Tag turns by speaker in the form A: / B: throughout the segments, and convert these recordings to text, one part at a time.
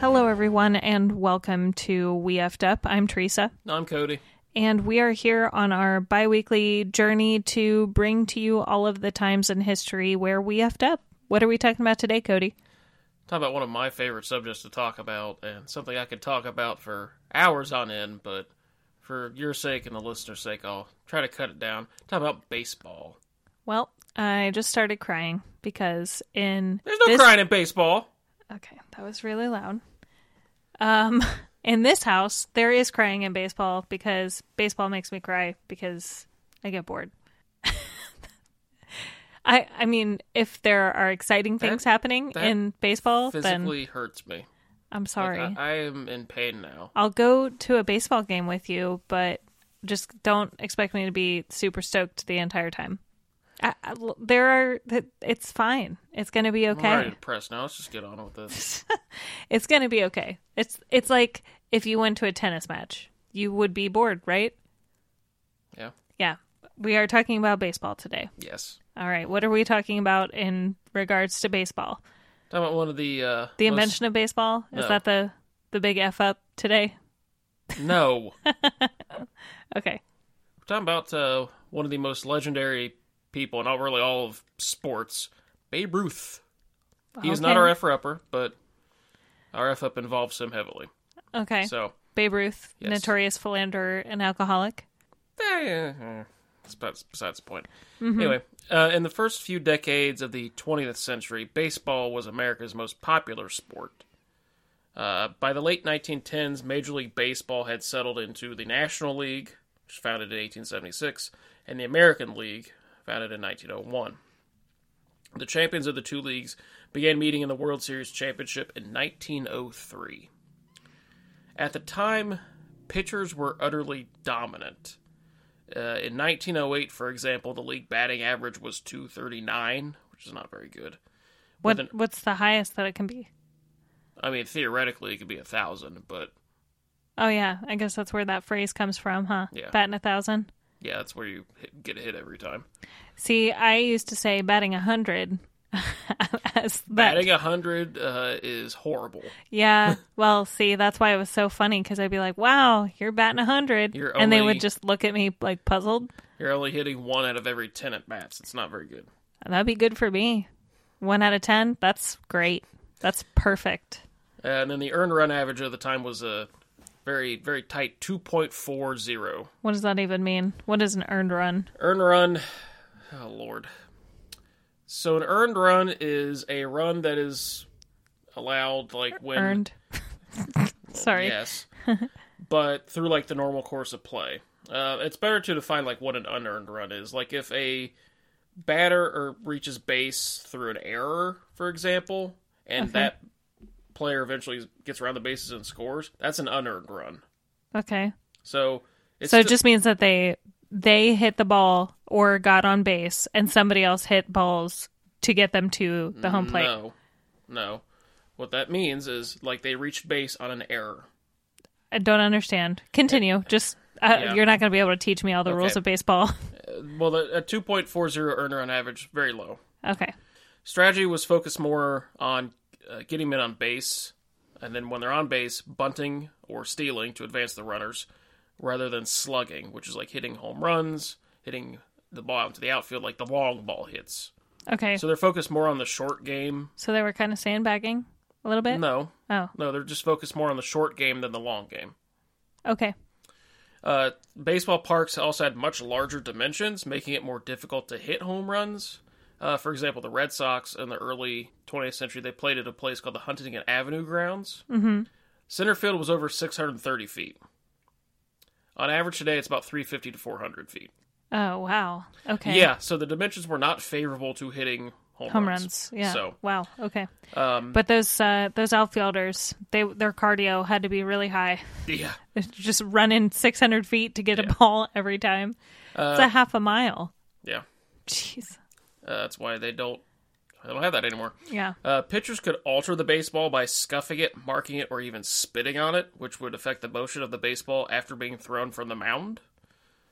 A: Hello, everyone, and welcome to We Effed Up. I'm Teresa,
B: No, I'm Cody.
A: and we are here on our bi weekly journey to bring to you all of the times in history where we effed up. What are we talking about today, Cody?
B: Talk about one of my favorite subjects to talk about, and something I could talk about for hours on end, but for your sake and the listener's sake, I'll try to cut it down. Talk about baseball.
A: Well, I just started crying because in
B: There's no
A: this-
B: crying in baseball.
A: Okay, that was really loud. Um, in this house, there is crying in baseball because baseball makes me cry because I get bored. I I mean, if there are exciting things happening
B: that
A: in baseball, then
B: Physically hurts me.
A: I'm
B: Like,
A: sorry.
B: I, I am in pain now.
A: I'll go to a baseball game with you, but just don't expect me to be super stoked the entire time. I, I- there are th- it's fine. It's going to be okay.
B: I'm already depressed now. Let's just get on with this.
A: it's gonna be okay. It's it's like if you went to a tennis match, you would be bored, right?
B: Yeah.
A: Yeah. We are talking about baseball today.
B: Yes.
A: All right, what are we talking about in regards to baseball?
B: Talk about one of the uh,
A: The
B: most-
A: invention of baseball? Is
B: No.
A: that the the big F up today?
B: No.
A: Okay.
B: Talking about uh, one of the most legendary people in all really all of sports, Babe Ruth. He is not
A: Okay.
B: our F upper, but our F up involves him heavily.
A: Okay.
B: So
A: Babe Ruth,
B: Yes.
A: notorious philanderer and alcoholic.
B: eh, that's bes- besides the point. Anyway, uh, in the first few decades of the 20th century, baseball was America's most popular sport. Uh, by the late 1910s, Major League Baseball had settled into the National League, which was founded in 1876, and the American League, founded in 1901. The champions of the two leagues began meeting in the World Series Championship in 1903. At the time, pitchers were utterly dominant. Uh, in 1908, for example, the league batting average was 239, which is not very good.
A: What
B: an-
A: what's the highest that it can be?
B: I mean, theoretically, it could be a thousand, but
A: Oh yeah, I guess that's where that phrase comes from, huh?
B: Yeah.
A: Batting a thousand.
B: yeah, that's where you hit, get hit every time.
A: See, I used to say batting a hundred as that
B: Batting a hundred uh, is horrible.
A: Yeah. Well, see, that's why it was so funny because I'd be like, "Wow, you're batting a 100."
B: You're
A: and they
B: only-
A: would just look at me like puzzled.
B: You're only hitting one out of every ten at bats. It's not very good.
A: That'd be good for me. 1 out of 10, that's great. That's perfect.
B: And then the earned run average of the time was a very, very tight 2.40.
A: What does that even mean? What is an earned run?
B: Earn run. Oh, Lord. So an earned run is a run that is allowed, like, when.
A: Earned. Sorry.
B: Yes. but through, like, the normal course of play. Uh, it's better to define, like, what an unearned run is. Like, if a batter or reaches base through an error, for example, and that player eventually gets around the bases and scores, that's an unearned run.
A: Okay.
B: So. It's
A: So it
B: still-
A: just means that they they hit the ball or got on base and somebody else hit balls to get them to the home plate.
B: No, no. What that means is like they reached base on an error.
A: I don't understand. Continue. Just uh,
B: Yeah.
A: you're not going to be able to teach me all the rules of baseball.
B: Well, the, a 2.40 earner on average, very low.
A: okay.
B: Strategy was focused more on uh, getting men on base, and then when they're on base, bunting or stealing to advance the runners, rather than slugging, which is like hitting home runs, hitting the ball out to the outfield, like the long ball hits.
A: Okay.
B: So they're focused more on the short game.
A: So they were kind of sandbagging a little bit?
B: No,
A: Oh,
B: no, they're just focused more on the short game than the long game.
A: okay.
B: Uh, baseball parks also had much larger dimensions, making it more difficult to hit home runs. Uh, for example, the Red Sox in the early 20th century, they played at a place called the Huntington Avenue Grounds. Mm-hmm. Center field was over 630 feet. On average today, it's about 350 to 400 feet.
A: Oh, wow. Okay.
B: Yeah, so the dimensions were not favorable to hitting home,
A: Home runs. Yeah.
B: So,
A: Wow. Okay.
B: um,
A: But those uh, those outfielders, they their cardio had to be really high.
B: yeah.
A: Just running 600 feet to get a ball every time. it's
B: Uh,
A: a half a mile.
B: Yeah.
A: Jeez.
B: Uh, that's why they don't, they don't have that anymore.
A: Yeah.
B: Uh, pitchers could alter the baseball by scuffing it, marking it, or even spitting on it, which would affect the motion of the baseball after being thrown from the mound.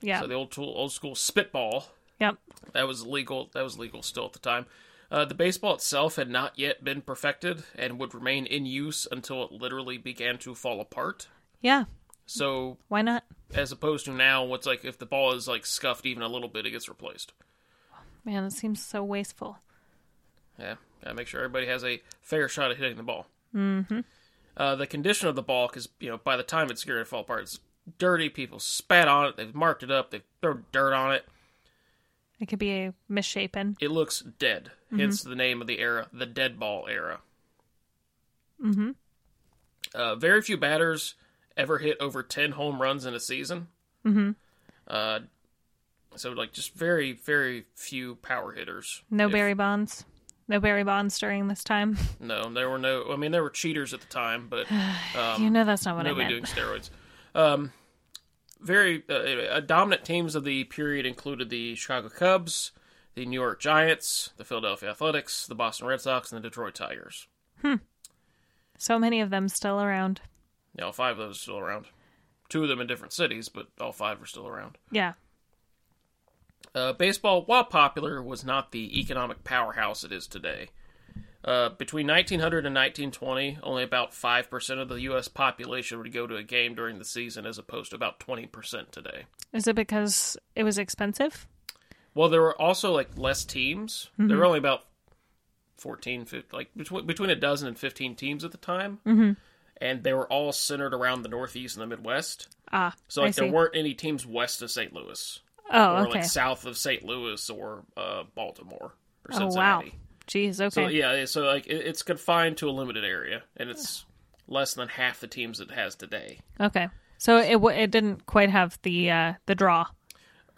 A: Yeah.
B: So the old tool, old school spitball
A: yep.
B: that was legal. That was legal still at the time. Uh, the baseball itself had not yet been perfected and would remain in use until it literally began to fall apart.
A: Yeah.
B: So,
A: Why not?
B: as opposed to now, what's like if the ball is like scuffed even a little bit, it gets replaced.
A: Man, it seems so wasteful.
B: Yeah, gotta make sure everybody has a fair shot at hitting the ball. Mm-hmm. Uh, the condition of the ball, because you know, by the time it's going to fall apart, it's dirty. People spat on it. They've marked it up. They've thrown dirt on it.
A: It could be a misshapen.
B: It looks dead. Hence the name of the era, the dead ball era. Mm-hmm. Uh, very few batters ever hit over ten home runs in a season. Mm-hmm. Uh, so like just very very few power hitters.
A: No
B: If-
A: Barry Bonds. No Barry Bonds during this time.
B: No, there were no. I mean, there were cheaters at the time, but um,
A: you know that's not what I
B: nobody
A: meant.
B: doing steroids. Um, very uh, uh, dominant teams of the period included the Chicago Cubs, the New York Giants, the Philadelphia Athletics, the Boston Red Sox, and the Detroit Tigers.
A: So many of them still around.
B: Now, all five of those are still around. Two of them in different cities, but all five are still around.
A: Yeah.
B: Uh, baseball, while popular, was not the economic powerhouse it is today. Uh, between 1900 and 1920, only about 5% of the U.S. population would go to a game during the season, as opposed to about 20% today.
A: Is it because it was expensive?
B: Well, there were also like less teams. There
A: Mm-hmm.
B: were only about 14, 15, like between between a dozen and 15 teams at the time, mm-hmm. and they were all centered around the Northeast and the Midwest.
A: Ah.
B: So
A: I
B: like there
A: see.
B: weren't any teams west of St. Louis,
A: Oh,
B: or
A: okay.
B: like south of St. Louis or uh, Baltimore or
A: oh
B: Cincinnati.
A: wow. Jeez, okay.
B: So yeah, so like it, it's confined to a limited area, and it's less than half the teams it has today.
A: Okay. So it w- it didn't quite have the uh the draw.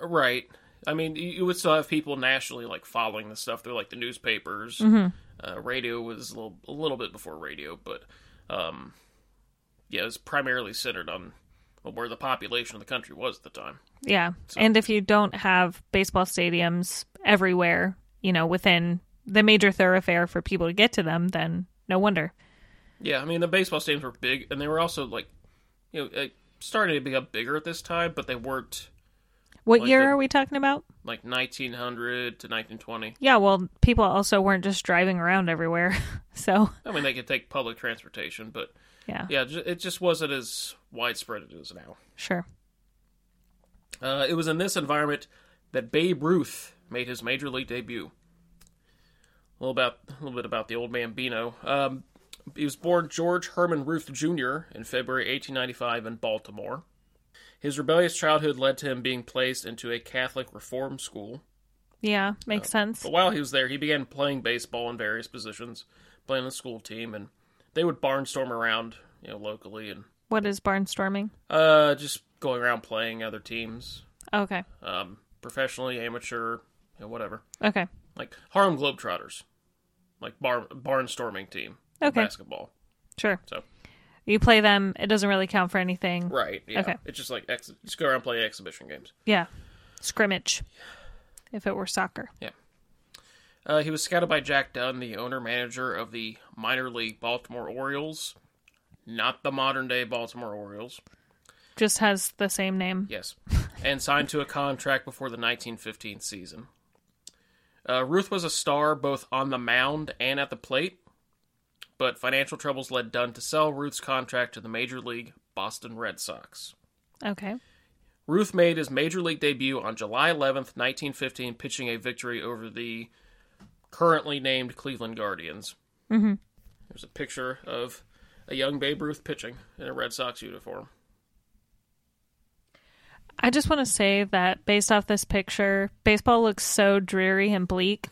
B: Right. I mean, you you would still have people nationally like following this stuff through like the newspapers. Uh, radio was a little, a little bit before radio, but um, yeah, it was primarily centered on where the population of the country was at the time.
A: Yeah. And if you don't have baseball stadiums everywhere, you know, within the major thoroughfare for people to get to them, then no wonder.
B: Yeah, I mean the baseball stadiums were big, and they were also like, you know, like, starting to become bigger at this time, but they weren't
A: What
B: Like
A: year
B: the-
A: are we talking about?
B: like 1900 to 1920.
A: Yeah, well, people also weren't just driving around everywhere. so,
B: I mean, they could take public transportation, but
A: yeah,
B: yeah, ju- it just wasn't as widespread as it is now.
A: sure.
B: Uh, it was in this environment that Babe Ruth made his major league debut. A little about a little bit about the old man Bino. Um, he was born George Herman Ruth Jr. in February 1895 in Baltimore. His rebellious childhood led to him being placed into a Catholic reform school.
A: Yeah, makes sense.
B: But while he was there, he began playing baseball in various positions, playing on the school team, and they would barnstorm around, you know, locally and
A: What is barnstorming?
B: uh, just going around playing other teams,
A: Okay.
B: um, professionally, amateur, you know, whatever.
A: Okay.
B: Like Harlem Globetrotters, like bar- barnstorming team, in
A: Okay.
B: basketball.
A: Sure.
B: So
A: You play them, it doesn't really count for anything.
B: right, yeah,
A: Okay.
B: it's just like ex- just go around and play exhibition games.
A: Yeah. Scrimmage. If it were soccer.
B: Uh, he was scouted by Jack Dunn, the owner manager of the minor league Baltimore Orioles, not the modern day Baltimore Orioles.
A: Just has the same name.
B: Yes. And signed to a contract before the 1915 season. Uh, Ruth was a star both on the mound and at the plate, but financial troubles led Dunn to sell Ruth's contract to the Major League Boston Red Sox.
A: Okay.
B: Ruth made his Major League debut on July 11th, 1915, pitching a victory over the currently named Cleveland Guardians. Mm-hmm. There's a picture of a young Babe Ruth pitching in a Red Sox uniform.
A: I just want to say that based off this picture, baseball looks so dreary and bleak.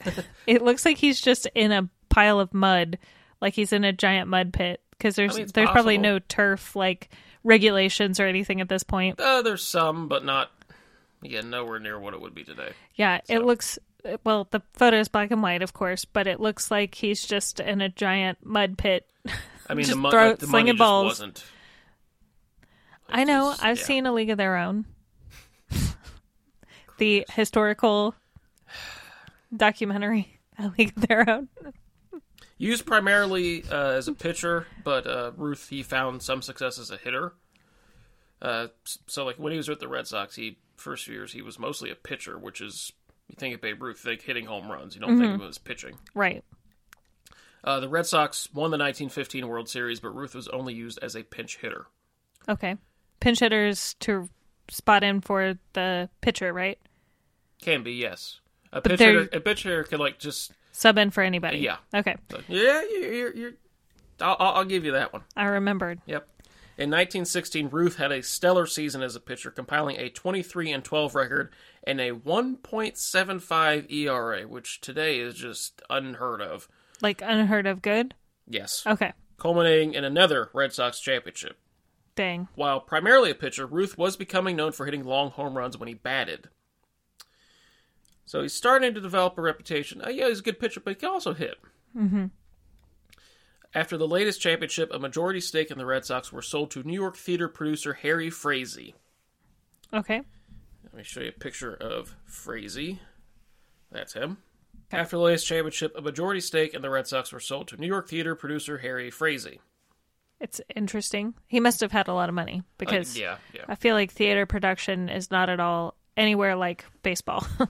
A: it looks like he's just in a pile of mud, like he's in a giant mud pit because there's
B: mean, it's
A: there's probably
B: possible.
A: no turf like regulations or anything at this point.
B: Uh, there's some, but not. Yeah, nowhere near what it would be today.
A: Yeah, it looks well, the photo is black and white, of course, but it looks like he's just in a giant mud pit.
B: I mean,
A: Just
B: the, mon-
A: throw-
B: like, the
A: sling
B: money
A: it balls.
B: just wasn't.
A: I know,
B: just-
A: I've
B: yeah.
A: seen a league of their own. the historical documentary, a league of their own.
B: Used primarily uh, as a pitcher, but uh, Ruth he found some success as a hitter. Uh, s- so like when he was with the Red Sox, he first few years he was mostly a pitcher, which is You think of Babe Ruth, like hitting home runs. You don't
A: Mm-hmm.
B: think of him as pitching.
A: Right.
B: Uh, the Red Sox won the 1915 World Series, but Ruth was only used as a pinch hitter.
A: Okay. Pinch hitters to spot in for the pitcher, right?
B: Can be, yes. A
A: But
B: pinch
A: they're-
B: hitter, a pinch hitter could like just
A: Sub in for anybody.
B: Yeah.
A: Okay.
B: like, yeah, you're, you're, you're I'll, I'll I'll give you that one.
A: I remembered.
B: Yep. In 1916, Ruth had a stellar season as a pitcher, compiling a 23 and 12 record and a 1.75 ERA, E which today is just unheard of.
A: Like unheard of good.
B: Yes.
A: Okay.
B: Culminating in another Red Sox championship.
A: Dang.
B: While primarily a pitcher, Ruth was becoming known for hitting long home runs when he batted. So he's starting to develop a reputation. Oh, yeah, he's a good pitcher, but he can also hit. Mm-hmm. After the latest championship, a majority stake in the Red Sox were sold to New York theater producer Harry Frazee.
A: Okay.
B: Let me show you a picture of Frazee. That's him. After the latest championship, a majority stake in the Red Sox were sold to New York theater producer Harry Frazee.
A: It's interesting. He must have had a lot of money
B: Uh,
A: because
B: yeah, yeah.
A: I feel like theater production is not at all anywhere like baseball.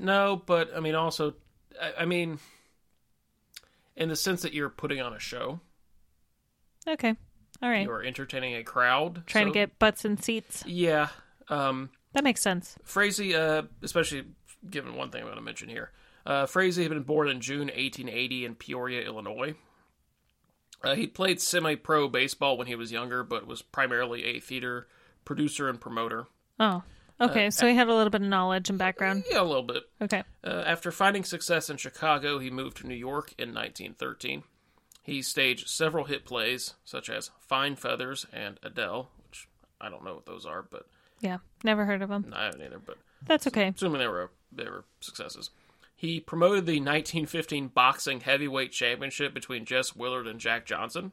B: No, but I mean, also, I, I mean, in the sense that you're putting on a show,
A: okay. All right.
B: you are entertaining a crowd,
A: Trying
B: so-
A: to get butts in seats.
B: yeah. Um,
A: That makes sense.
B: Frazee, uh, especially given one thing I'm going to mention here, uh, Frazee had been born in June 1880 in Peoria, Illinois. Uh, he played semi-pro baseball when he was younger, but was primarily a theater producer and promoter.
A: Oh.
B: Uh,
A: Okay. so he had a little bit of knowledge and background.
B: Yeah, a little bit.
A: Okay.
B: Uh, after finding success in Chicago, he moved to New York in 1913. He staged several hit plays, such as Fine Feathers and Adele, which I don't know what those are, but
A: Yeah. Never heard of him.
B: I haven't either, but
A: That's okay.
B: assuming they were, they were successes. He promoted the 1915 Boxing Heavyweight Championship between Jess Willard and Jack Johnson.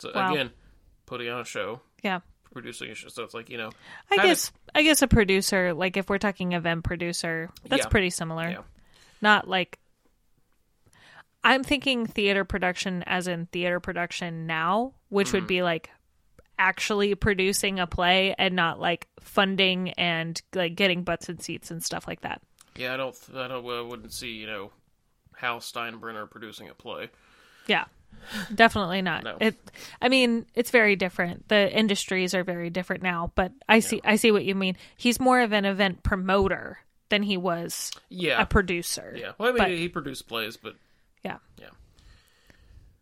B: So,
A: Wow.
B: again, putting on a show,
A: Yeah.
B: producing a show. So it's like, you know,
A: I
B: Kinda-
A: guess I guess a producer, like if we're talking event producer, that's
B: Yeah.
A: pretty similar.
B: Yeah.
A: Not like I'm thinking theater production as in theater production now, which
B: Mm-hmm.
A: would be like actually producing a play and not like funding and like getting butts and seats and stuff like that.
B: yeah, I don't, I don't, I wouldn't see, you know, Hal Steinbrenner producing a play.
A: Yeah. Definitely not.
B: No.
A: It I mean, it's very different. The industries are very different now, but I see I see what you mean. He's more of an event promoter than he was
B: Yeah.
A: a producer.
B: Yeah. Well, I mean,
A: But-
B: he produced plays, but
A: Yeah.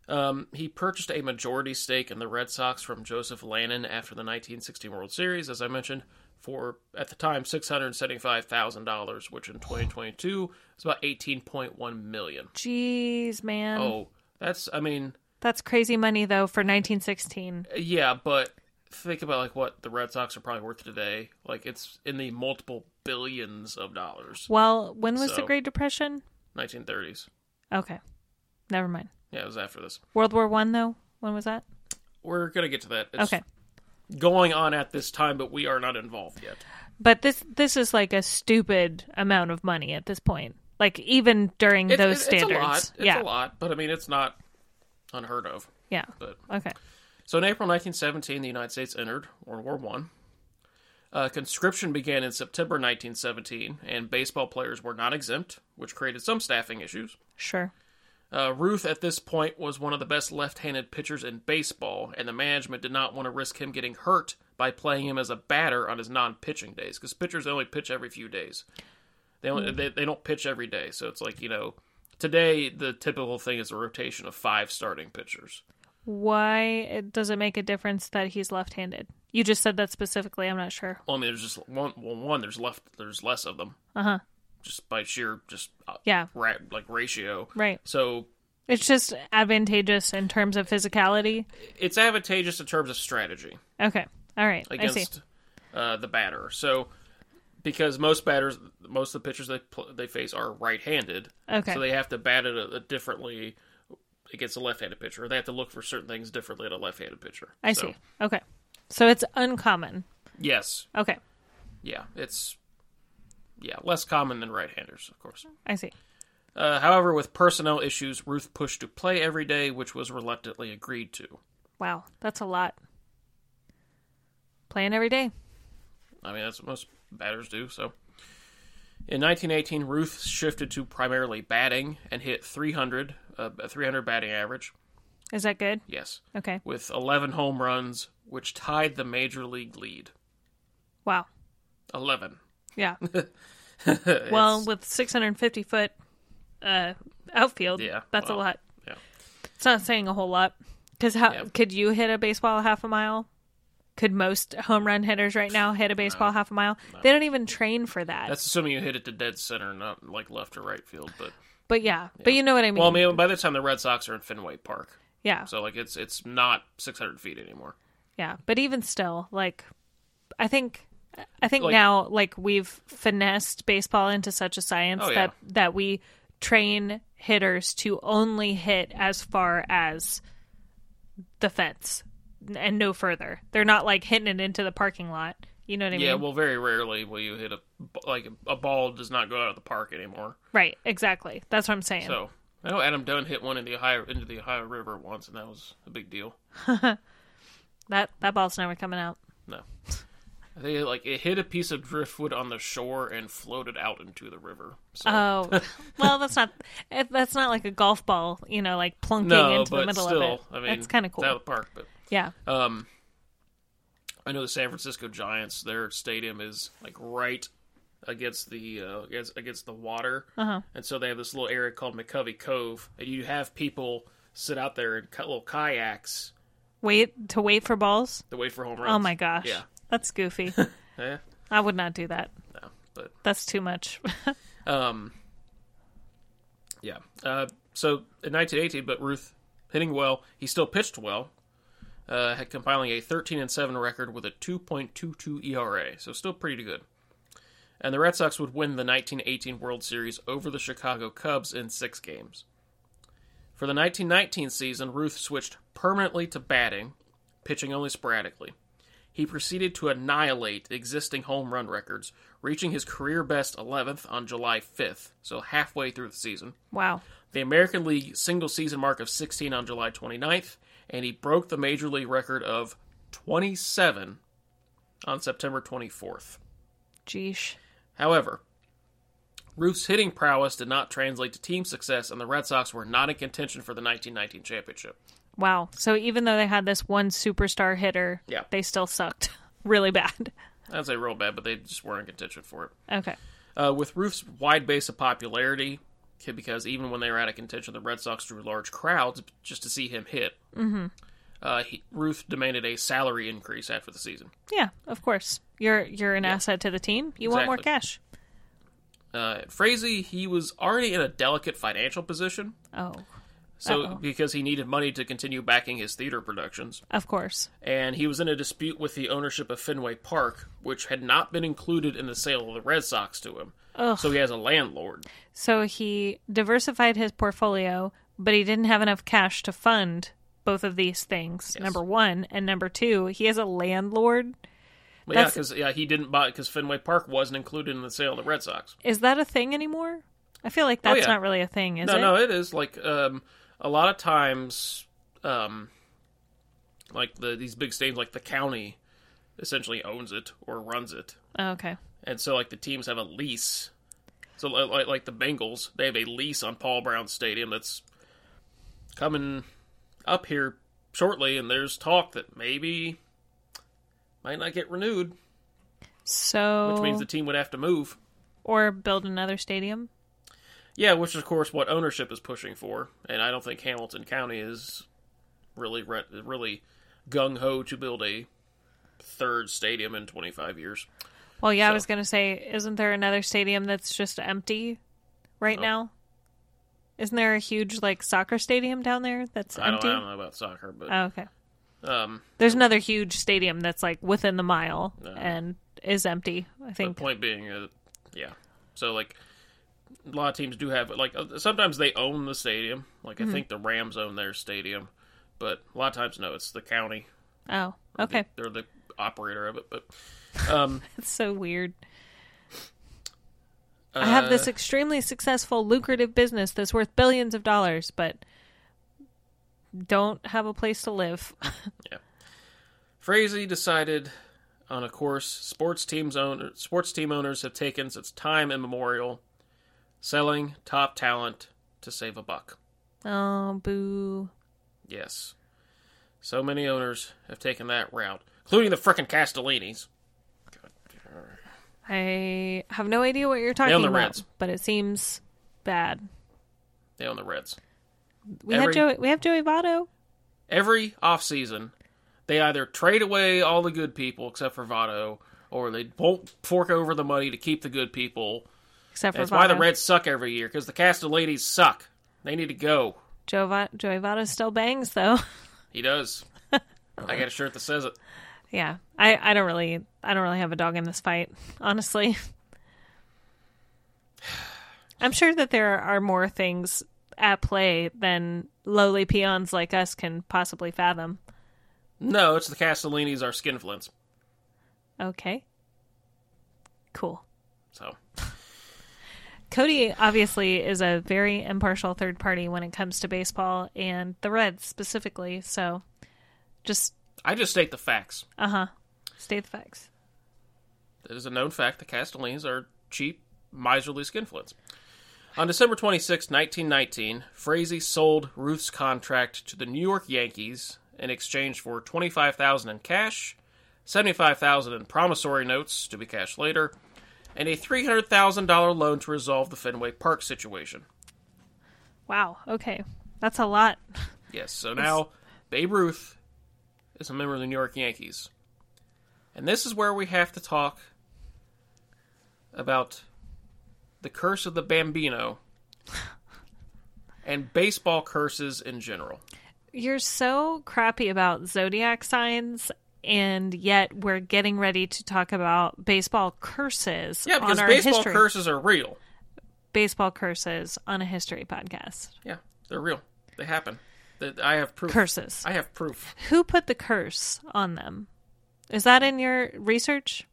B: um, he purchased a majority stake in the Red Sox from Joseph Lannon after the 1960 World Series, as I mentioned, for at the time six hundred seventy-five thousand dollars, which in 2022 is about 18.1 million.
A: Jeez, man.
B: Oh, that's I mean,
A: That's crazy money though for 1916.
B: yeah, but think about like what the Red Sox are probably worth today. Like it's in the multiple billions of dollars.
A: Well, when was the
B: So-
A: Great Depression?
B: 1930s.
A: Okay. Never mind.
B: Yeah, it was after this.
A: World War 1 though. When was that?
B: We're gonna get to that. It's
A: Okay.
B: going on at this time, but we are not involved yet.
A: But this this is like a stupid amount of money at this point. Like even during
B: It's-
A: those
B: it's-
A: standards.
B: It's a lot. It's
A: yeah.
B: a lot, but I mean, it's not unheard of.
A: Yeah.
B: But
A: Okay.
B: so in April 1917, the United States entered World War One. Uh, conscription began in September 1917, and baseball players were not exempt, which created some staffing issues.
A: Sure.
B: Uh, Ruth, at this point, was one of the best left-handed pitchers in baseball, and the management did not want to risk him getting hurt by playing him as a batter on his non-pitching days, because pitchers only pitch every few days. They, only, they they don't pitch every day, so it's like you know, today the typical thing is a rotation of five starting pitchers.
A: Why it- does it make a difference that he's left-handed? You just said that specifically. I'm not sure.
B: Well, I mean, there's just one well, one there's left there's less of them,
A: Uh huh.
B: just by sheer just uh,
A: Yeah.
B: ra- like ratio.
A: Right.
B: So
A: It's just advantageous in terms of physicality.
B: it's advantageous in terms of strategy.
A: Okay. All right. I see.
B: against uh, the batter. So because most batters, most of the pitchers they pl- they face are right-handed,
A: Okay.
B: so they have to bat it a, a differently against a left-handed pitcher. They have to look for certain things differently at a left-handed pitcher.
A: I
B: So,
A: see. Okay. So it's uncommon.
B: Yes,
A: Okay.
B: yeah, it's yeah less common than right-handers, of course.
A: I see.
B: Uh, however, with personnel issues, Ruth pushed to play every day, which was reluctantly agreed to.
A: Wow. That's a lot. Playing every day.
B: I mean, that's what most batters do. So, In 1918, Ruth shifted to primarily batting and hit 300, uh, a 300 batting average.
A: Is that good?
B: Yes,
A: Okay.
B: with 11 home runs, which tied the major league lead.
A: Wow.
B: 11.
A: Yeah.
B: It's-
A: Well, with 650 foot uh, outfield,
B: Yeah,
A: that's a
B: well,
A: lot.
B: yeah.
A: It's not saying a whole lot. Because how
B: Yeah.
A: could you hit a baseball half a mile? Could most home run hitters right now hit a baseball half a mile? They don't even train for that.
B: that's assuming you hit it to dead center, not like left or right field. But
A: but yeah, but you know what I mean.
B: well, I mean, by the time the Red Sox are in Fenway Park,
A: yeah,
B: so like it's it's not 600 feet anymore.
A: yeah. But even still, like, I think, I think
B: Like-
A: now, like, we've finessed baseball into such a science
B: Oh, yeah.
A: that that we train hitters to only hit as far as the fence and no further. They're not like hitting it into the parking lot. You know what I
B: Yeah,
A: mean?
B: well, very rarely will you hit a b- like a ball does not go out of the park anymore.
A: right. Exactly. That's what I'm saying.
B: So I know Adam Dunn hit one in the Ohio into the Ohio River once, and that was a big deal.
A: That that ball's never coming out.
B: No, I think it, like it hit a piece of driftwood on the shore and floated out into the river. So.
A: Oh, well, that's not eh, that's not like a golf ball, you know, like plunking
B: no,
A: into
B: but
A: the middle
B: still,
A: of it.
B: I mean,
A: that's kind of
B: it's
A: cool.
B: Out of the park, but
A: Yeah,
B: Um, I know the San Francisco Giants. Their stadium is like right against the uh, against, against the water, uh-huh. and so they have this little area called McCovey Cove, and you have people sit out there in cut little kayaks
A: wait to wait for balls.
B: to wait for home runs.
A: Oh my gosh,
B: Yeah,
A: that's goofy.
B: yeah,
A: I would not do that.
B: no, but
A: That's too much.
B: um, yeah. Uh, so in 1918, but Ruth hitting well, he still pitched well. Uh, had compiling a 13 and 7 record with a 2.22 ERA, E so still pretty good. And the Red Sox would win the 1918 World Series over the Chicago Cubs in six games. For the 1919 season, Ruth switched permanently to batting, pitching only sporadically. He proceeded to annihilate existing home run records, reaching his career best 11th on July 5th, so halfway through the season
A: wow.
B: the American League single season mark of 16 on July 29th, and he broke the major league record of 27 on September 24th.
A: Geesh.
B: However, Ruth's hitting prowess did not translate to team success, and the Red Sox were not in contention for the 1919 championship.
A: Wow. So even though they had this one superstar hitter,
B: Yeah.
A: they still sucked really bad.
B: I'd say real bad, but they just weren't in contention for it.
A: Okay.
B: Uh, with Ruth's wide base of popularity, because even when they were out of contention, the Red Sox drew large crowds just to see him hit. Mm-hmm. Uh, he, Ruth demanded a salary increase after the season.
A: Yeah, of course. You're you're an asset to the team. You want more
B: Exactly.
A: cash.
B: Uh, Frazee, he was already in a delicate financial position,
A: Oh,
B: so
A: Uh-oh.
B: because he needed money to continue backing his theater productions,
A: of course.
B: and he was in a dispute with the ownership of Fenway Park, which had not been included in the sale of the Red Sox to him. So he has a landlord.
A: So he diversified his portfolio, but he didn't have enough cash to fund both of these things. Number one. And number two, he has a landlord.
B: But yeah,
A: That's-
B: because yeah, he didn't buy because Fenway Park wasn't included in the sale of the Red Sox.
A: Is that a thing anymore? I feel like that's
B: Oh, yeah.
A: not really a thing, is
B: no,
A: it?
B: no, it is like um, a lot of times, um, like the these big stadiums, like the county, essentially owns it or runs it.
A: Oh, okay.
B: and so like the teams have a lease. So li- like like the Bengals, they have a lease on Paul Brown Stadium that's coming up here shortly, and there's talk that maybe might not get renewed,
A: So
B: which
A: Oh.
B: means the team would have to move.
A: or build another stadium.
B: Yeah, which is of course what ownership is pushing for, and I don't think Hamilton County is really re- really gung ho to build a third stadium in 25 years.
A: Well, yeah, I
B: So-
A: was going to say isn't there another stadium that's just empty right
B: Oh.
A: now? Isn't there a huge like soccer stadium down there that's
B: I don't,
A: empty?
B: I don't know about soccer, but
A: Oh, okay.
B: um,
A: There's another huge stadium that's like within the mile and is empty. I think.
B: The point being, uh, yeah. So like, a lot of teams do have like uh, sometimes they own the stadium. Like I think the Rams own their stadium, but a lot of times no, it's the county.
A: Oh, okay.
B: They're the operator of it. But um,
A: That's so weird. I have this
B: uh,
A: extremely successful, lucrative business that's worth billions of dollars, but don't have a place to live.
B: Frazee decided on a course sports teams owner, sports team owners have taken since time immemorial, selling top talent to save a buck.
A: Oh, boo.
B: Yes. So many owners have taken that route, including the frickin' Castellinis.
A: I have no idea what you're talking
B: the
A: about,
B: Reds.
A: but it seems bad.
B: They own the Reds.
A: We
B: Every-
A: have Joey. We have Joey Votto.
B: Every offseason, they either trade away all the good people except for Votto, or they won't fork over the money to keep the good people.
A: Except for
B: That's why the
A: Votto.
B: Reds suck every year, because the Castellinis suck. They need to go.
A: Joe Va- Joey Votto still bangs though.
B: He does. I got a shirt that says it.
A: yeah, I, I don't really I don't really have a dog in this fight, honestly. I'm sure that there are more things at play than lowly peons like us can possibly fathom.
B: No, it's the Castellinis are skinflints.
A: Okay, cool.
B: So
A: Cody obviously is a very impartial third party when it comes to baseball and the Reds specifically. So, just
B: I just state the facts.
A: uh huh, state the facts.
B: It is a known fact the Castellinis are cheap, miserly skinflints. On December 26, 1919, Frazee sold Ruth's contract to the New York Yankees in exchange for 25000 in cash, 75000 in promissory notes to be cashed later, and a $300,000 loan to resolve the Fenway Park situation.
A: Wow. Okay, that's a lot.
B: Yes, so now Babe Ruth is a member of the New York Yankees. And this is where we have to talk about the curse of the Bambino and baseball curses in general.
A: You're so crappy about zodiac signs, and yet we're getting ready to talk about baseball curses.
B: Yeah, because
A: on our
B: baseball
A: history.
B: curses are real.
A: baseball curses on a history podcast.
B: Yeah, they're real. They happen. That- I have proof.
A: Curses.
B: I have proof.
A: Who put the curse on them? Is that in your research?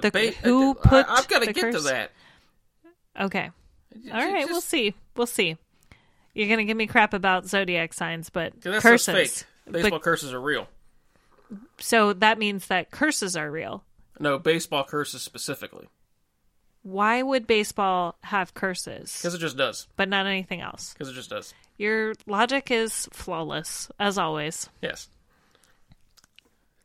A: The,
B: Uh, Ba-
A: who put?
B: I, I've got to
A: the
B: get to
A: curse?
B: that.
A: Okay. All
B: It's
A: right. We'll
B: just-
A: see. We'll see. You're gonna give me crap about zodiac signs, but
B: 'cause that's
A: curses.
B: so fake. Baseball
A: But-
B: curses are real.
A: so that means that curses are real.
B: No, baseball curses specifically.
A: Why would baseball have curses,
B: Because it just does.
A: but not anything else?
B: Because it just does.
A: Your logic is flawless, as always.
B: Yes.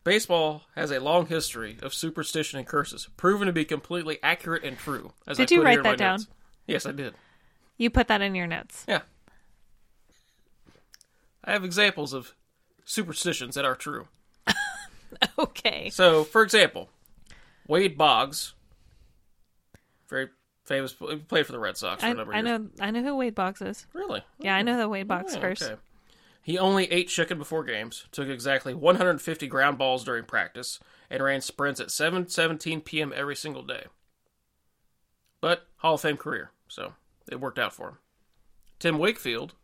B: Baseball has a long history of superstition and curses, proven to be completely accurate and true. As
A: Did
B: I
A: you
B: put
A: write
B: here in my
A: that down?
B: notes. Yes, I did.
A: You put that in your notes.
B: Yeah. I have examples of superstitions that are true.
A: Okay.
B: So, for example, Wade Boggs, very famous, he played for the Red Sox for
A: I,
B: a number of
A: I
B: years.
A: know. I know who Wade Boggs is.
B: Really?
A: Yeah, I know the Wade Boggs
B: Oh,
A: curse.
B: okay. He only ate chicken before games, took exactly 150 ground balls during practice, and ran sprints at 7:17 p.m. every single day. But Hall of Fame career, so it worked out for him. Tim Wakefield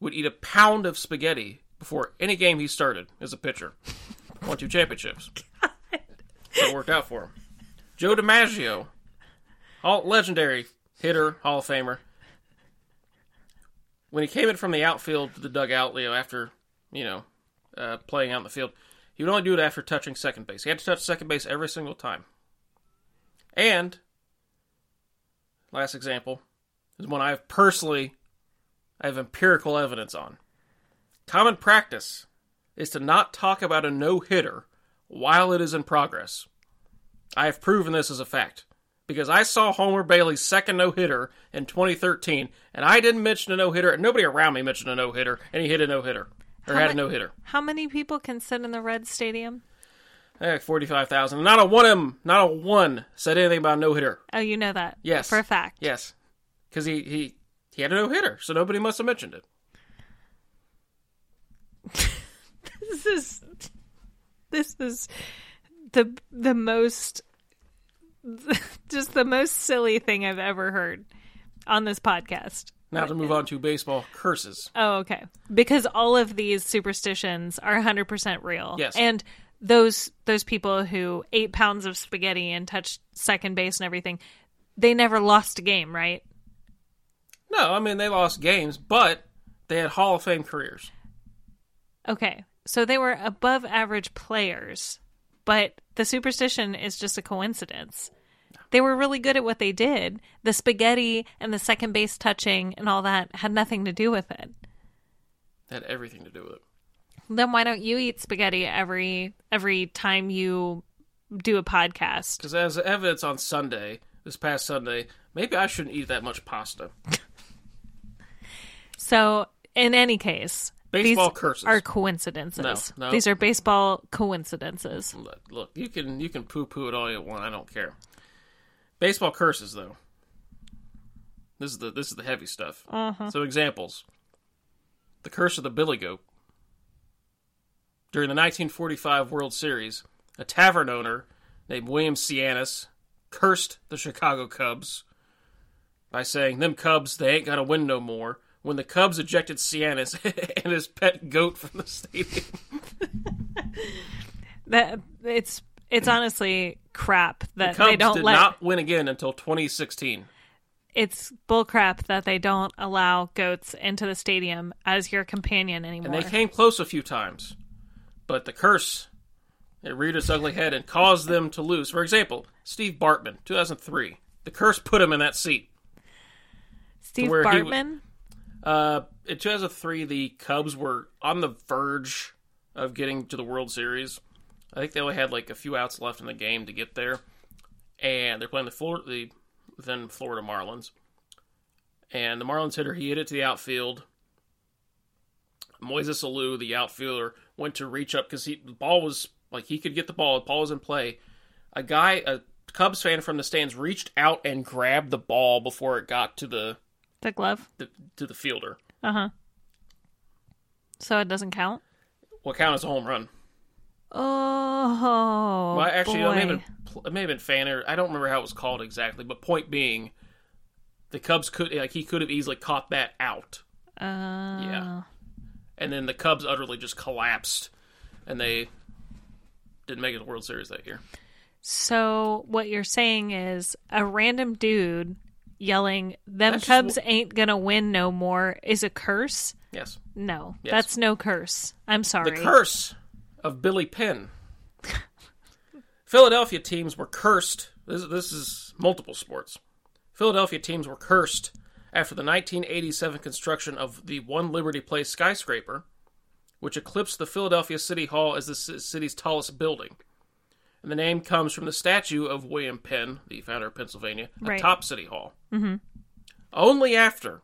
B: would eat a pound of spaghetti before any game he started as a pitcher. Won two championships. So it worked out for him. Joe DiMaggio, all legendary hitter, Hall of Famer, when he came in from the outfield to the dugout, you know, after you know uh, playing out in the field, he would only do it after touching second base. He had to touch second base every single time. And last example is one I've personally, I have empirical evidence on. Common practice is to not talk about a no hitter while it is in progress. I have proven this as a fact because I saw Homer Bailey's second no hitter in 2013, and I didn't mention a no hitter, and nobody around me mentioned a no hitter, and he hit a no hitter
A: How
B: or had
A: mu-
B: a no hitter.
A: How many people can sit in the Red Stadium?
B: Eh, 45,000. Not a one of 'em- not a one said anything about a no hitter.
A: Oh, you know that.
B: Yes.
A: For a fact.
B: Yes. Because he, he, he had a no hitter, so nobody must have mentioned it.
A: This is. This is the the most. Just the most silly thing I've ever heard on this podcast.
B: Now to move on to baseball curses.
A: Oh, okay. Because all of these superstitions are 100% real.
B: Yes.
A: And those those people who ate pounds of spaghetti and touched second base and everything, they never lost a game, right?
B: No, I mean, they lost games, but they had Hall of Fame careers.
A: Okay. So they were above average players, but the superstition is just a coincidence. They were really good at what they did. The spaghetti and the second base touching and all that had nothing to do with it.
B: Had everything to do with it.
A: Then why don't you eat spaghetti every every time you do a podcast?
B: Because as evidence on Sunday, this past Sunday, maybe I shouldn't eat that much pasta.
A: So, in any case,
B: Baseball
A: these
B: curses.
A: are coincidences.
B: No, no.
A: These are baseball coincidences.
B: Look, look, you can you can poo poo it all you want. I don't care. Baseball curses though. This is the this is the heavy stuff. So examples: the curse of the billy goat. During the 1945 World Series, a tavern owner named William Cianis cursed the Chicago Cubs by saying, "Them Cubs, they ain't gonna win no more." When the Cubs ejected Cianis and his pet goat from the stadium.
A: That it's it's honestly crap that
B: Cubs
A: they don't
B: did
A: let
B: not win again until 2016.
A: it's bullcrap that they don't allow goats into the stadium as your companion
B: And
A: anymore.
B: they came close a few times, but the curse it reared its ugly head and caused them to lose. For example, Steve Bartman, 2003. The curse put him in that seat.
A: Steve
B: where he was-
A: Bartman,
B: Uh, in 2003, the Cubs were on the verge of getting to the World Series. I think they only had like a few outs left in the game to get there, and they're playing the Flor the then Florida Marlins. And the Marlins hitter he hit it to the outfield. Moises Alou, the outfielder, went to reach up because he the ball was like he could get the ball. The ball was in play. A guy, a Cubs fan from the stands, reached out and grabbed the ball before it got to the,
A: the glove.
B: the to the fielder.
A: Uh huh. So it doesn't count.
B: What count as a home run?
A: Oh,
B: well, actually,
A: boy.
B: it may have been pl- it may have been Fanner. I don't remember how it was called exactly, but point being, the Cubs could like he could have easily caught that out,
A: Uh,
B: Yeah. and then the Cubs utterly just collapsed, and they didn't make it to the World Series that year.
A: So what you're saying is a random dude yelling, "Them
B: That's just
A: Cubs ain't gonna win no more," is a curse?
B: Yes,
A: No,
B: Yes.
A: that's no curse. I'm sorry.
B: the curse of Billy Penn. Philadelphia teams were cursed. This, this is multiple sports. Philadelphia teams were cursed after the 1987 construction of the One Liberty Place skyscraper, which eclipsed the Philadelphia City Hall as the ci- city's tallest building. And the name comes from the statue of William Penn, the founder of Pennsylvania,
A: Right.
B: atop City Hall. Mm-hmm. Only after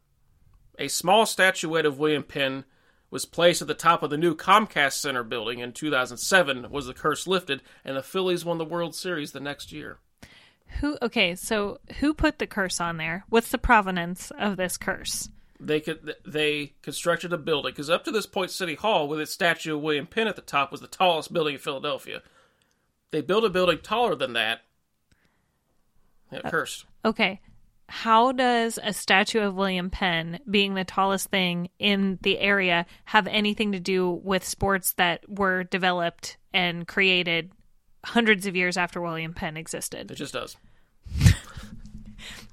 B: a small statuette of William Penn was placed at the top of the new Comcast Center building in 2007 was the curse lifted, and the Phillies won the World Series the next year.
A: Who? Okay, so who put the curse on there? What's the provenance of this curse?
B: they could they constructed a building because up to this point city hall with its statue of william penn at the top was the tallest building in philadelphia they built a building taller than that yeah,
A: Uh,
B: cursed
A: Okay. How does a statue of William Penn being the tallest thing in the area have anything to do with sports that were developed and created hundreds of years after William Penn
B: it
A: existed?
B: just does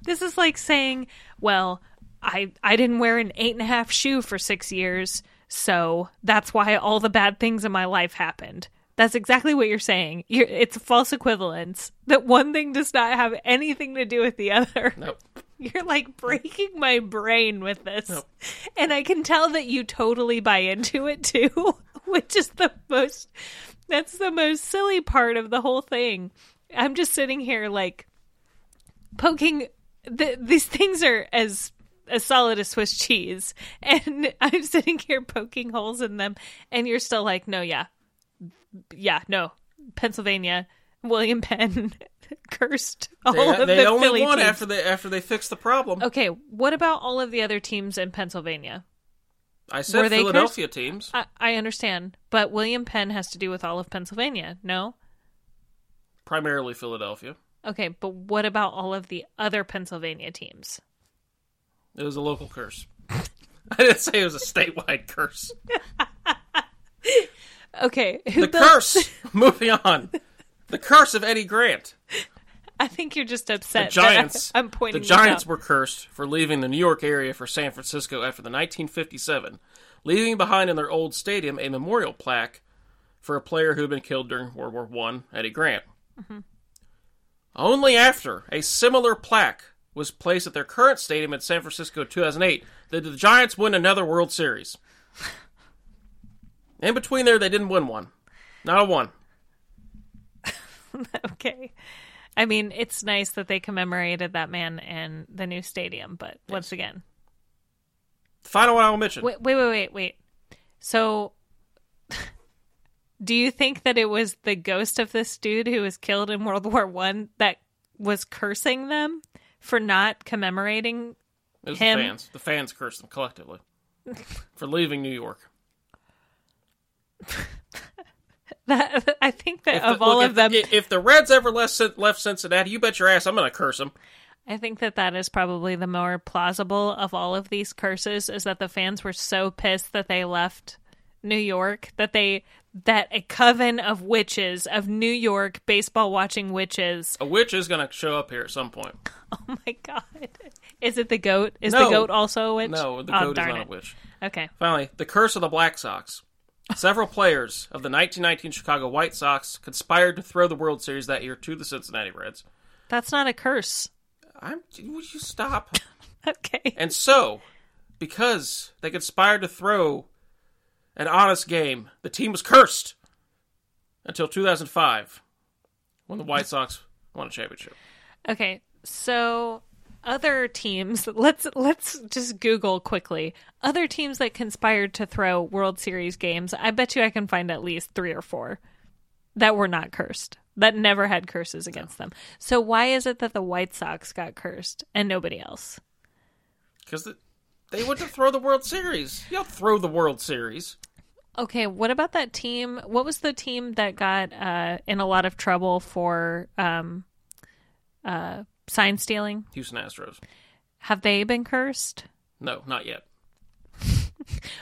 A: This is like saying, well, I, I didn't wear an eight and a half shoe for six years, so that's why all the bad things in my life happened. That's exactly what you're saying. You're, it's a false equivalence that one thing does not have anything to do with the other.
B: nope
A: You're like breaking my brain with this.
B: Oh.
A: And I can tell that you totally buy into it too, which is the most that's the most silly part of the whole thing. I'm just sitting here like poking th- these things are as as solid as Swiss cheese and I'm sitting here poking holes in them and you're still like, "No, yeah. Yeah, no. Pennsylvania, William Penn cursed all
B: they,
A: of
B: they
A: the
B: only
A: Philly
B: won
A: teams. Oh,
B: after they after they fixed the problem
A: Okay, what about all of the other teams in Pennsylvania?
B: i
A: were
B: said
A: they Uh,
B: philadelphia teams
A: I, I understand, but William Penn has to do with all of Pennsylvania, no?
B: primarily philadelphia
A: Okay, but what about all of the other Pennsylvania teams?
B: it was a local curse i didn't say it was a statewide curse
A: Okay, who
B: the
A: built-
B: curse moving on the curse of eddie grant
A: I think you're just upset.
B: the Giants.
A: That I, am pointing.
B: The
A: this
B: Giants
A: out.
B: were cursed for leaving the New York area for San Francisco after the 1957, leaving behind in their old stadium a memorial plaque for a player who had been killed during World War One, Eddie Grant.
A: Mm-hmm.
B: Only after a similar plaque was placed at their current stadium in San Francisco in 2008 did the Giants win another World Series. In between there, they didn't win one. Not a one.
A: okay. I mean, it's nice that they commemorated that man in the new stadium, but once again,
B: Final one I will mention.
A: wait, wait, wait, wait, wait. So, do you think that it was the ghost of this dude who was killed in World War One that was cursing them for not commemorating?
B: It was
A: him.
B: the fans. The fans cursed them collectively for leaving New York.
A: That I think that
B: If
A: of
B: the-
A: all
B: look,
A: of them,
B: if, if the Reds ever left, Cin- left Cincinnati, you bet your ass I'm going to curse them.
A: I think that that is probably the more plausible of all of these curses is that the fans were so pissed that they left New York that they that a coven of witches of New York baseball watching witches.
B: A witch is going to show up here at some point.
A: Oh my god. Is it the goat? Is
B: No.
A: the goat also a witch?
B: No, the
A: Oh,
B: goat is
A: darn
B: not
A: it.
B: a witch.
A: Okay.
B: Finally, the curse of the Black Sox. Several players of the 1919 Chicago White Sox conspired to throw the World Series that year to the Cincinnati Reds.
A: That's not a curse.
B: I'm. Would you stop?
A: Okay.
B: And so, because they conspired to throw an honest game, the team was cursed until 2005 when the White Sox won a championship.
A: Okay. So other teams let's let's just google quickly other teams that conspired to throw world series games i bet you i can find at least 3 or 4 that were not cursed that never had curses against them so why is it that the white sox got cursed and nobody else
B: Because they went to throw the World Series. You don't throw the World Series.
A: okay what about that team what was the team that got uh in a lot of trouble for um uh sign stealing
B: Houston Astros.
A: have they been cursed
B: No, not yet.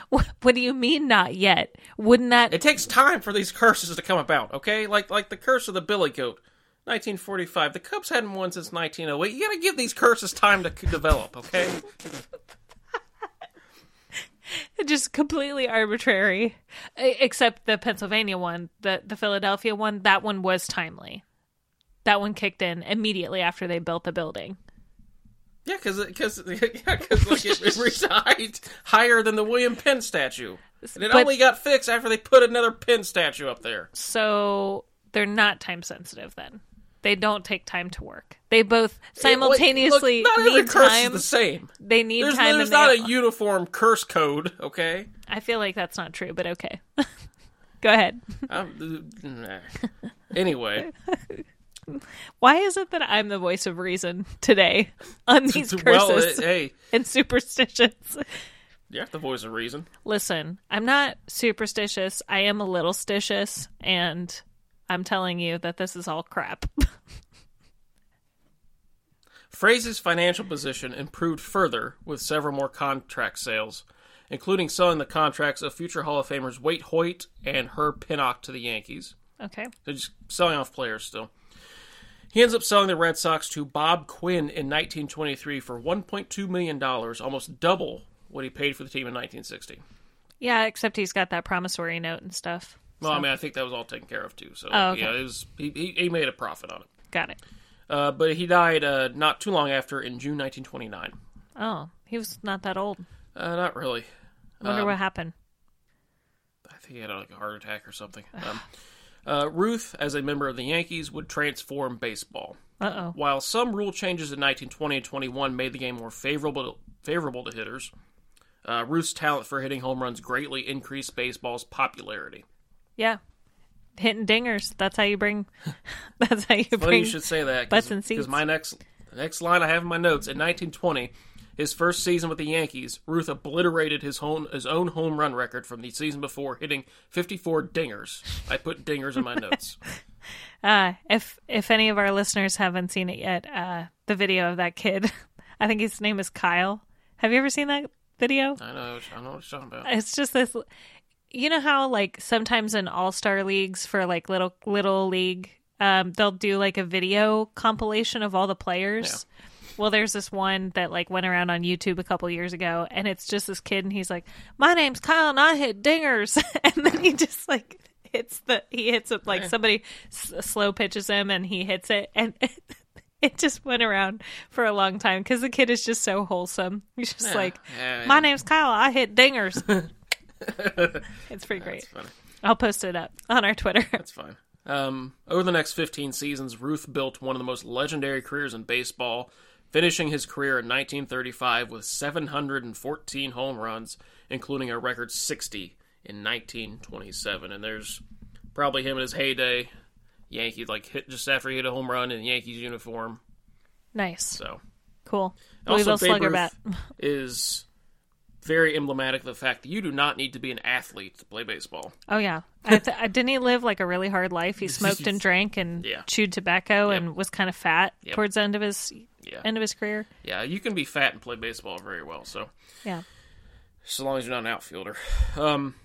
A: What, what do you mean not yet? Wouldn't that
B: It takes time for these curses to come about, okay? Like like the curse of the Billy Goat. 1945. The Cubs hadn't won since 1908. You gotta give these curses time to c- develop, okay?
A: just completely arbitrary? E- Except the Pennsylvania one, the the Philadelphia one, that one was timely. That one kicked in immediately after they built the building.
B: Yeah, because because yeah, 'cause, like it, it reached a height higher than the William Penn statue, and it
A: But-
B: only got fixed after they put another Penn statue up there.
A: So they're not time sensitive then. They don't take time to work. They both
B: It- like,
A: simultaneously
B: look, not every
A: need
B: curse
A: time.
B: is the same.
A: They need
B: There's,
A: time.
B: there's
A: and
B: not
A: they
B: a uniform curse code, okay?
A: I feel like that's not true, but okay. Go ahead.
B: Um, nah. anyway,
A: Why is it that I'm the voice of reason today on these curses?
B: well, it- hey,
A: and superstitions.
B: you're the voice of reason.
A: Listen, I'm not superstitious. I am a little stitious, and I'm telling you that this is all crap.
B: Fraze's financial position improved further with several more contract sales, including selling the contracts of future Hall of Famers Wade Hoyt and Herb Pinnock to the Yankees.
A: okay.
B: They're just selling off players still. He ends up selling the Red Sox to Bob Quinn in 1923 for 1.2 million dollars, almost double what he paid for the team in 1960.
A: Yeah, except he's got that promissory note and stuff.
B: Well, I mean, I think that was all taken care of too. So
A: Oh, okay.
B: yeah, it was he, he, he made a profit on it.
A: Got it.
B: Uh, but he died uh, not too long after in June 1929.
A: Oh, he was not that old.
B: Uh, not really.
A: Wonder
B: Um,
A: what happened.
B: I think he had like a heart attack or something. Um, uh, Ruth, as a member of the Yankees, would transform baseball.
A: Uh oh.
B: While some rule changes in 1920 and 21 made the game more favorable favorable to hitters, uh, Ruth's talent for hitting home runs greatly increased baseball's popularity.
A: Yeah. Hitting dingers. That's how you bring. That's how you
B: Funny
A: bring.
B: you should say that
A: butts and seats.
B: because my next the next line I have in my notes in 1920, his first season with the Yankees, Ruth obliterated his own his own home run record from the season before, hitting 54 dingers. I put dingers in my notes.
A: Uh, if if any of our listeners haven't seen it yet, uh, the video of that kid. I think his name is Kyle. Have you ever seen that video?
B: I know I know what you're talking about.
A: it's just this you know how like sometimes in all-star leagues for like little little league um they'll do like a video compilation of all the players well there's this one that like went around on youtube a couple years ago and it's just this kid and he's like my name's kyle and i hit dingers and then he just like hits the he hits it like somebody s- slow pitches him and he hits it and it just went around for a long time because the kid is just so wholesome. He's just like,
B: yeah,
A: my name's Kyle. I hit dingers. it's pretty
B: That's
A: great.
B: funny.
A: I'll post it up on our Twitter.
B: That's fine. Um, over the next 15 seasons, Ruth built one of the most legendary careers in baseball, finishing his career in 1935 with 714 home runs, including a record 60 in 1927. And there's probably him in his heyday, Yankees, like hit just after he hit a home run in Yankees uniform.
A: nice,
B: So
A: cool.
B: also,
A: Louisville
B: Babe
A: Slugger
B: Ruth
A: bat.
B: is very emblematic of the fact that you do not need to be an athlete to play baseball.
A: Oh yeah, I th- I- didn't he live like a really hard life? He smoked and drank and
B: Yeah.
A: chewed tobacco and was kind of fat
B: Yep.
A: towards the end of his
B: Yeah.
A: end of his career.
B: Yeah, you can be fat and play baseball very well. So
A: Yeah,
B: so long as you're not an outfielder. Um,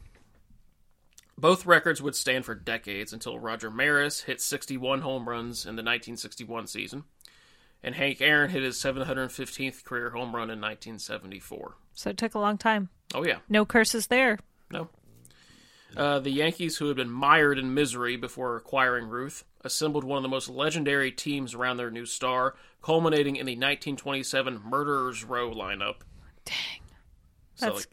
B: both records would stand for decades until Roger Maris hit 61 home runs in the 1961 season, and Hank Aaron hit his 715th career home run in 1974.
A: so it took a long time.
B: Oh yeah,
A: No curses there.
B: no. Uh, the Yankees, who had been mired in misery before acquiring Ruth, assembled one of the most legendary teams around their new star, culminating in the 1927 Murderers Row lineup.
A: Dang,
B: So,
A: That's-
B: like,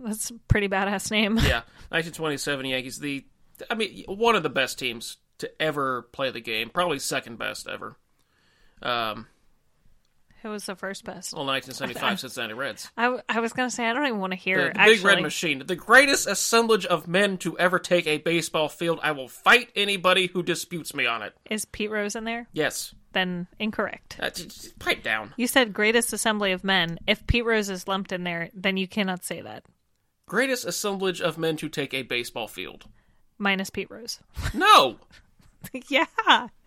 A: that's a pretty badass name.
B: yeah, 1927 Yankees. The I mean, one of the best teams to ever play the game. Probably second best ever. Um,
A: Who was the first best?
B: well, 1975 Cincinnati Reds.
A: I, w- I was gonna say I don't even want to hear.
B: The, the
A: actually,
B: big red machine, the greatest assemblage of men to ever take a baseball field. I will fight anybody who disputes me on it.
A: is Pete Rose in there?
B: Yes,
A: Then incorrect.
B: uh, j- j- pipe down.
A: You said greatest assembly of men. If Pete Rose is lumped in there, then you cannot say that.
B: Greatest assemblage of men to take a baseball field.
A: Minus Pete Rose.
B: No,
A: yeah.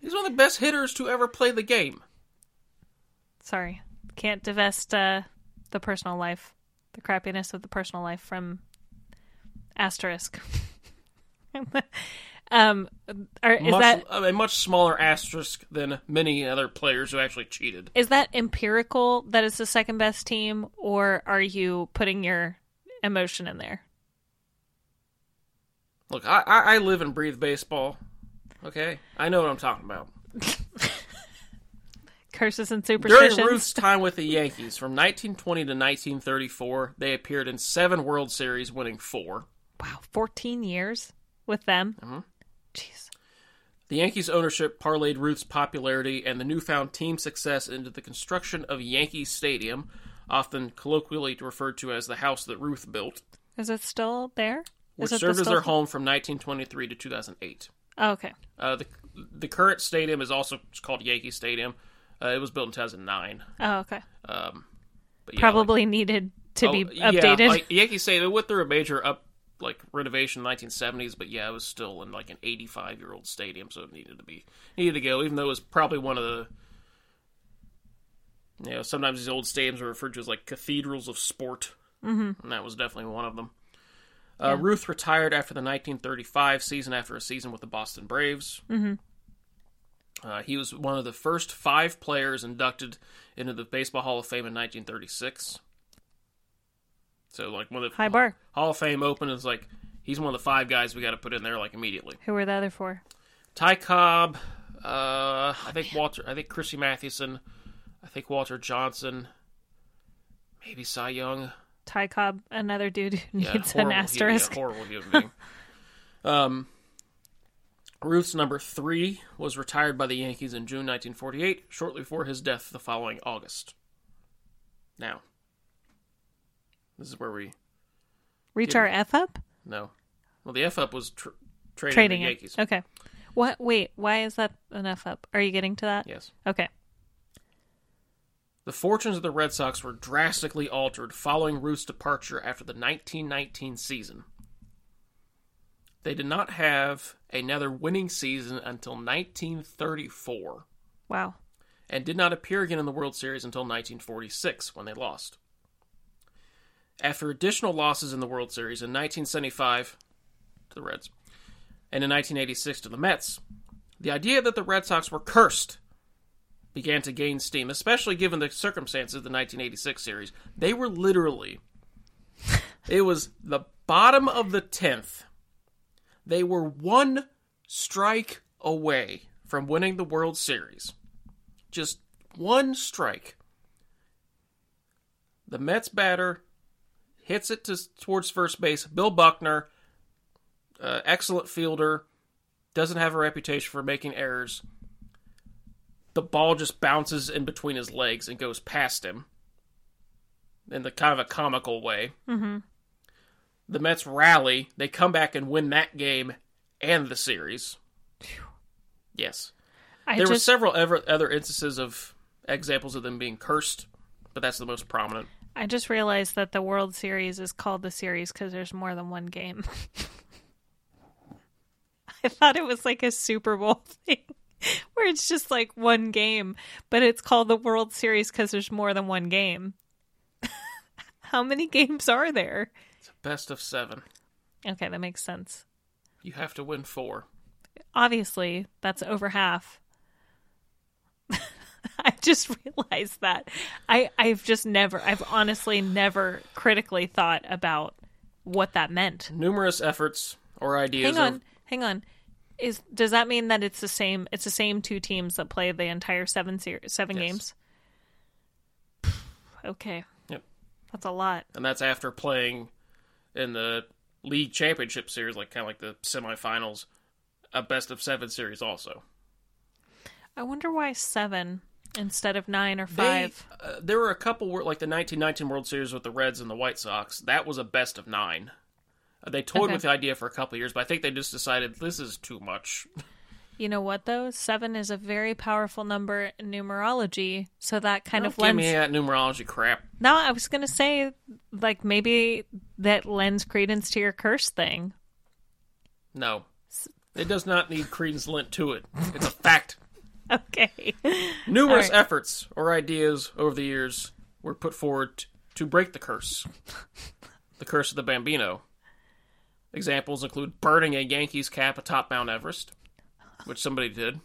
B: he's one of the best hitters to ever play the game.
A: sorry can't divest uh, the personal life the crappiness of the personal life from asterisk um are, is
B: much,
A: that
B: a much smaller asterisk than many other players who actually cheated.
A: is that empirical that it's the second best team or are you putting your emotion in there
B: Look, I, I, I live and breathe baseball. Okay, I know what I'm talking about.
A: curses and
B: During
A: superstitions
B: Ruth's time with the Yankees, from 1920 to 1934, they appeared in seven World Series, winning four.
A: wow 14 years with them jeez
B: The Yankees' ownership parlayed Ruth's popularity and the newfound team success into the construction of Yankee Stadium, often colloquially referred to as the house that Ruth built,
A: is it still there? Is
B: which
A: it the
B: served as
A: still-
B: their home from 1923 to 2008.
A: oh, okay
B: Uh, the the current stadium is also called Yankee Stadium. Uh, it was built in 2009.
A: oh okay
B: Um, But yeah, like-
A: probably needed to be
B: Oh, yeah,
A: updated
B: like, Yankee Stadium went through a major up like renovation in the 1970s, but yeah, it was still in like an 85 year old stadium, so it needed to be needed to go. Even though it was probably one of the you know sometimes these old stadiums are referred to as like cathedrals of sport, mm-hmm. and that was definitely one of them. Uh, Ruth retired after the 1935 season after a season with the Boston Braves.
A: Mm-hmm.
B: Uh, he was one of the first five players inducted into the Baseball Hall of Fame in 1936. So, like, one of the
A: high bar
B: Hall of Fame open is like, he's one of the five guys we got to put in there, like, immediately.
A: who were the other four
B: Ty Cobb, uh,
A: Oh,
B: I think Walter, I think Chrissy Mathewson, I think Walter Johnson, maybe Cy Young.
A: Ty Cobb, another dude who
B: Yeah,
A: needs
B: horrible
A: an
B: human- yeah,
A: asterisk.
B: horrible human being. um, Ruth's number three was retired by the Yankees in June 1948, shortly before his death the following August. Now, this is where we
A: Reach our F up?
B: no. Well, the F up was tr- trading,
A: Trading
B: the
A: it.
B: Yankees.
A: Okay. What? Wait, why is that an F up? Are you getting to that?
B: Yes.
A: Okay.
B: The fortunes of the Red Sox were drastically altered following Ruth's departure after the 1919 season. They did not have another winning season until 1934
A: Wow.
B: and did not appear again in the World Series until 1946 when they lost. After additional losses in the World Series in 1975 to the Reds and in 1986 to the Mets, the idea that the Red Sox were cursed began to gain steam, especially given the circumstances of the 1986 series. They were literally, it was the bottom of the 10th. They were one strike away from winning the World Series. Just one strike. The Mets batter hits it to, towards first base. Bill Buckner, uh, excellent fielder, doesn't have a reputation for making errors. The ball just bounces in between his legs and goes past him in the kind of a comical way.
A: Mm-hmm.
B: The Mets rally. They come back and win that game and the series. Yes.
A: I
B: there were
A: just,
B: several ever, other instances of examples of them being cursed, but that's the most prominent.
A: I just realized that the World Series is called the series because there's more than one game. I thought it was like a Super Bowl thing where it's just like one game, but it's called the World Series because there's more than one game. How many games are there?
B: It's a best of seven.
A: Okay, that makes sense.
B: You have to win four.
A: Obviously, that's over half. I just realized that. I I've just never I've honestly never critically thought about what that meant.
B: Numerous efforts or ideas.
A: Hang on,
B: Of,
A: hang on. Is does that mean that it's the same? It's the same two teams that play the entire seven series, seven
B: Yes.
A: games. Okay,
B: Yep.
A: that's a lot.
B: and that's after playing in the league championship series, like kind of like the semifinals, a best of seven series also.
A: I wonder why seven instead of nine or
B: They-
A: five.
B: uh, there were a couple wor- like the 1919 World Series with the Reds and the White Sox. That was a best of nine. Uh, They toyed
A: Okay.
B: with the idea for a couple years, but I think they just decided this is too much.
A: you know what though? Seven is a very powerful number in numerology, so that kind of lends.
B: Don't give me that numerology crap.
A: No, I was gonna say like maybe that lends credence to your curse thing.
B: No, it does not need credence lent to it. It's a fact.
A: Okay.
B: Numerous
A: All right.
B: efforts or ideas over the years were put forward t- to break the curse. the curse of the Bambino. Examples include burning a Yankees cap atop Mount Everest, which somebody did.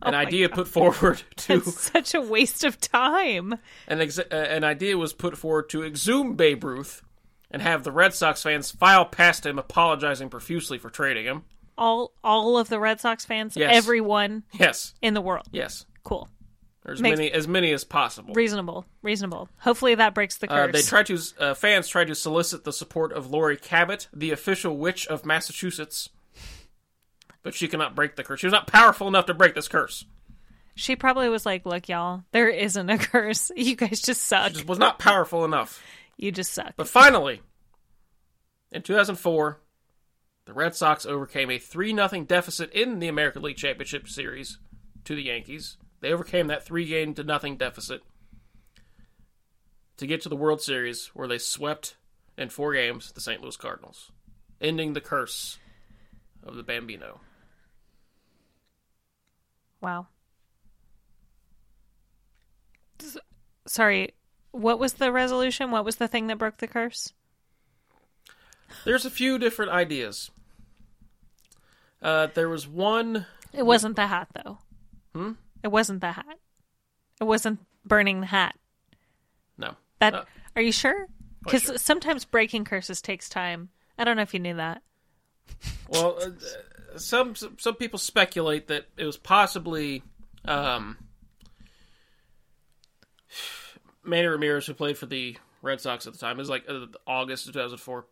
A: Oh
B: An idea put forward to
A: It's such a waste of time.
B: an ex- uh, an idea was put forward to exhume Babe Ruth and have the Red Sox fans file past him apologizing profusely for trading him.
A: all all of the Red Sox fans,
B: Yes.
A: everyone
B: Yes.
A: in the world.
B: Yes.
A: Cool.
B: Or as
A: Makes-
B: many as many as possible.
A: Reasonable. Reasonable. Hopefully that breaks the
B: Uh,
A: curse.
B: they tried to uh, fans tried to solicit the support of Lori Cabot, the official witch of Massachusetts, but she cannot break the curse. She was not powerful enough to break this curse.
A: she probably was like, "Look, y'all, there isn't a curse. You guys just suck.
B: She just was not powerful enough.
A: you just suck."
B: But finally, in 2004, the Red Sox overcame a three 0 deficit in the American League Championship Series to the Yankees. They overcame that three game to nothing deficit to get to the World Series, where they swept in four games the St. Louis Cardinals, ending the curse of the Bambino.
A: wow. S- Sorry. What was the resolution? What was the thing that broke the curse?
B: There's a few different ideas. Uh, there was one.
A: It wasn't the hat, though.
B: Hmm?
A: It wasn't the hat. It wasn't burning the hat.
B: No.
A: That
B: Uh,
A: are you sure?
B: Oh,
A: Because
B: sure.
A: sometimes breaking curses takes time. I don't know if you knew that.
B: Well, uh, uh, some some some people speculate that it was possibly um, Manny Ramirez, who played for the Red Sox at the time. It was like uh, August of 2004.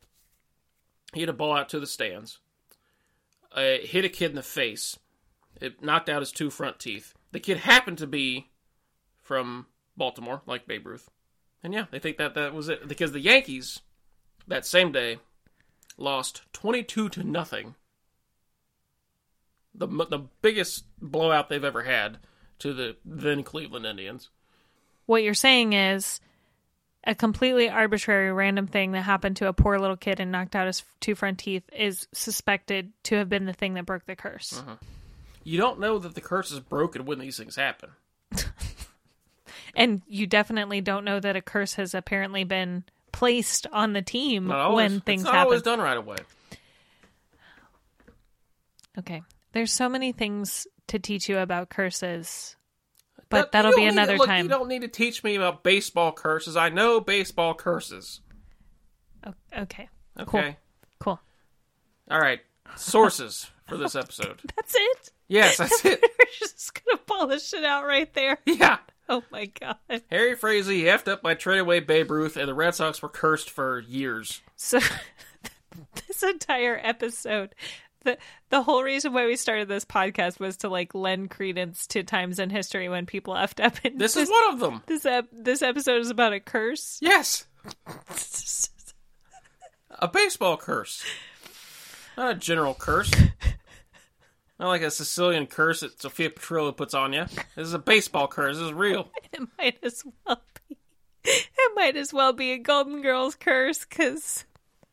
B: He had a ball out to the stands, uh, it hit a kid in the face. It knocked out his two front teeth. The kid happened to be from Baltimore, like Babe Ruth, and yeah, they think that that was it because the Yankees that same day lost 22 to nothing. The mo- the biggest blowout they've ever had to the then Cleveland Indians.
A: what you're saying is a completely arbitrary random thing that happened to a poor little kid and knocked out his f- two front teeth is suspected to have been the thing that broke the
B: Hmm.
A: curse.
B: You don't know that the curse is broken when these things happen.
A: And you definitely don't know that a curse has apparently been placed on the team
B: Not always.
A: when things
B: it's not
A: happen.
B: always done right away.
A: Okay. There's so many things to teach you about curses.
B: That-
A: But
B: you
A: that'll
B: don't
A: be
B: need to-
A: another
B: look,
A: time.
B: You don't need to teach me about baseball curses. I know baseball curses.
A: O- Okay.
B: Okay.
A: Cool.
B: All right. sources for this episode.
A: That's it.
B: Yes, that's it.
A: We're just gonna polish it out right there.
B: Yeah.
A: Oh my god.
B: Harry Frazee effed up by trading away Babe Ruth, and the Red Sox were cursed for years.
A: So this entire episode, the the whole reason why we started this podcast was to like lend credence to times in history when people effed up. And
B: This is one of them.
A: this ep- this episode is about a curse.
B: Yes. A baseball curse. Not a general curse. Not like a Sicilian curse that Sophia Petrillo puts on you. This is a baseball curse. This is real.
A: It might as well be. It might as well be a Golden Girls curse because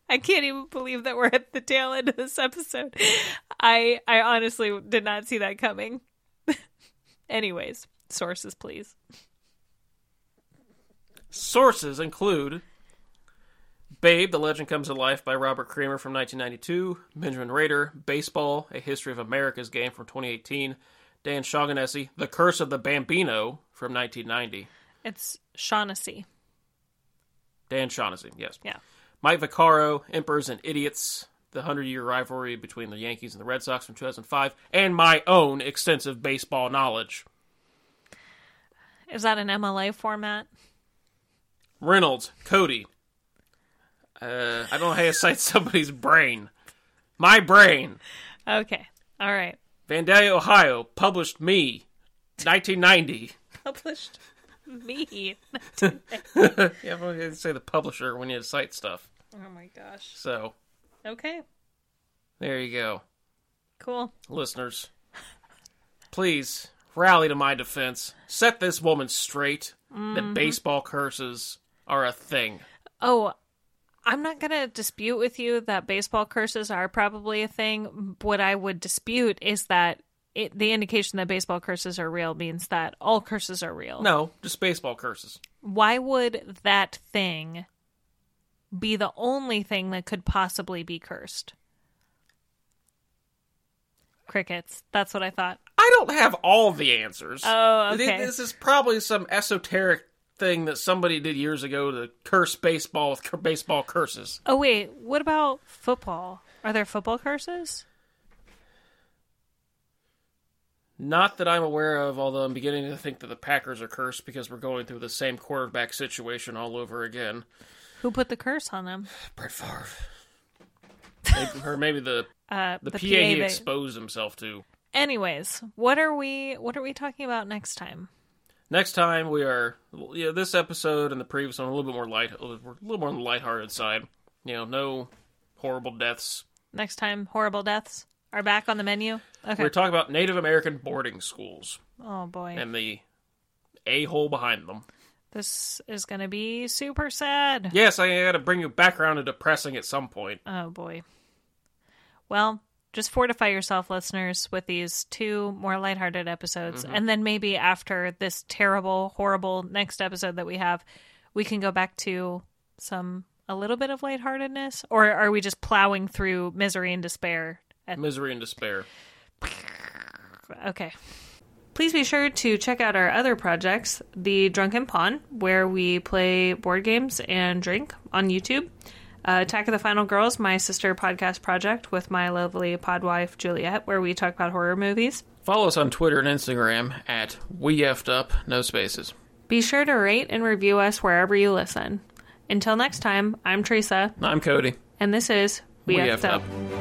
A: I can't even believe that we're at the tail end of this episode. I I honestly did not see that coming. Anyways, sources please.
B: Sources include Babe, The Legend Comes to Life by Robert Kramer from 1992, Benjamin Rader, Baseball, A History of America's Game from 2018, Dan Shoganessy, The Curse of the Bambino from 1990,
A: It's Shaughnessy.
B: Dan Shaughnessy, yes.
A: Yeah.
B: Mike Vaccaro, Emperors and Idiots, The Hundred Year Rivalry Between the Yankees and the Red Sox from 2005, and my own extensive baseball knowledge.
A: Is that an MLA format?
B: Reynolds, Cody. Uh, I don't know how to cite somebody's brain. My brain.
A: Okay. All right.
B: Vandalia, Ohio, published me, 1990.
A: Published me.
B: yeah, well, you say the publisher when you cite stuff.
A: Oh my gosh.
B: So
A: Okay.
B: there you go,
A: Cool.
B: listeners. Please rally to my defense. Set this woman straight. That baseball curses are a thing.
A: Oh, I'm not going to dispute with you that baseball curses are probably a thing. What I would dispute is that it, the indication that baseball curses are real means that all curses are real.
B: No, just baseball curses.
A: Why would that thing be the only thing that could possibly be cursed? Crickets. That's what I thought.
B: I don't have all the answers.
A: Oh,
B: Th-
A: okay.
B: This is probably some esoteric thing that somebody did years ago to curse baseball with cur- baseball curses.
A: Oh, wait. What about football? Are there football curses?
B: Not that I'm aware of, although I'm beginning to think that the Packers are cursed because we're going through the same quarterback situation all over again.
A: Who put the curse on them?
B: Brett Favre. Maybe, or maybe the,
A: Uh,
B: the, PA,
A: they-
B: he exposed himself to.
A: Anyways, what are we what are we talking about next time?
B: Next time we are, you know, this episode and the previous one are a little bit more light, we're a little more on the lighthearted side. You know, no horrible deaths.
A: Next time horrible deaths are back on the menu. Okay.
B: We're talking about Native American boarding schools
A: oh boy.
B: and the a hole behind them.
A: This is going to be super sad.
B: Yes, I got to bring you back around to depressing at some point.
A: Oh boy. Well, just fortify yourself listeners with these two more lighthearted episodes and then maybe after this terrible horrible next episode that we have, we can go back to some a little bit of lightheartedness or are we just plowing through misery and despair at
B: Misery and despair.
A: Okay. Please be sure to check out our other projects, The Drunken Pawn, where we play board games and drink on YouTube. Uh, Attack of the Final Girls, my sister podcast project with my lovely pod wife Juliet, where we talk about horror movies.
B: Follow us on Twitter and Instagram at we effed up no spaces.
A: Be sure to rate and review us wherever you listen. Until next time, I'm Teresa,
B: I'm Cody.
A: and this is
B: We, effed
A: up.
B: up. up.